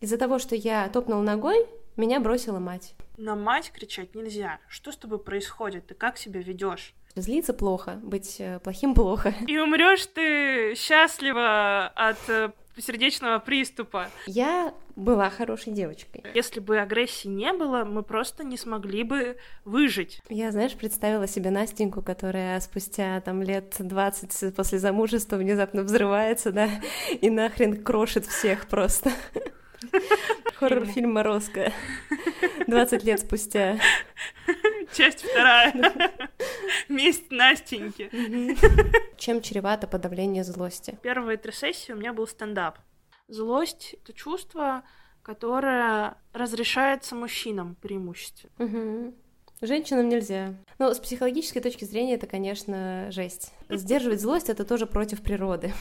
Из-за того, что я топнул ногой, меня бросила мать. На мать кричать нельзя. Что с тобой происходит? Ты как себя ведешь? Злиться плохо, быть э, плохим плохо. И умрешь ты счастливо от э, сердечного приступа. Я была хорошей девочкой. Если бы агрессии не было, мы просто не смогли бы выжить. Я, знаешь, представила себе Настеньку, которая спустя там лет 20 после замужества внезапно взрывается, да, и нахрен крошит всех просто. Хоррор-фильм «Морозко». 20 лет спустя. Часть вторая. Месть Настеньки. Чем чревато подавление злости? Первые три сессии у меня был стендап. Злость — это чувство, которое разрешается мужчинам преимущественно. Мгм. Женщинам нельзя. Но с психологической точки зрения это, конечно, жесть. Сдерживать злость — это тоже против природы.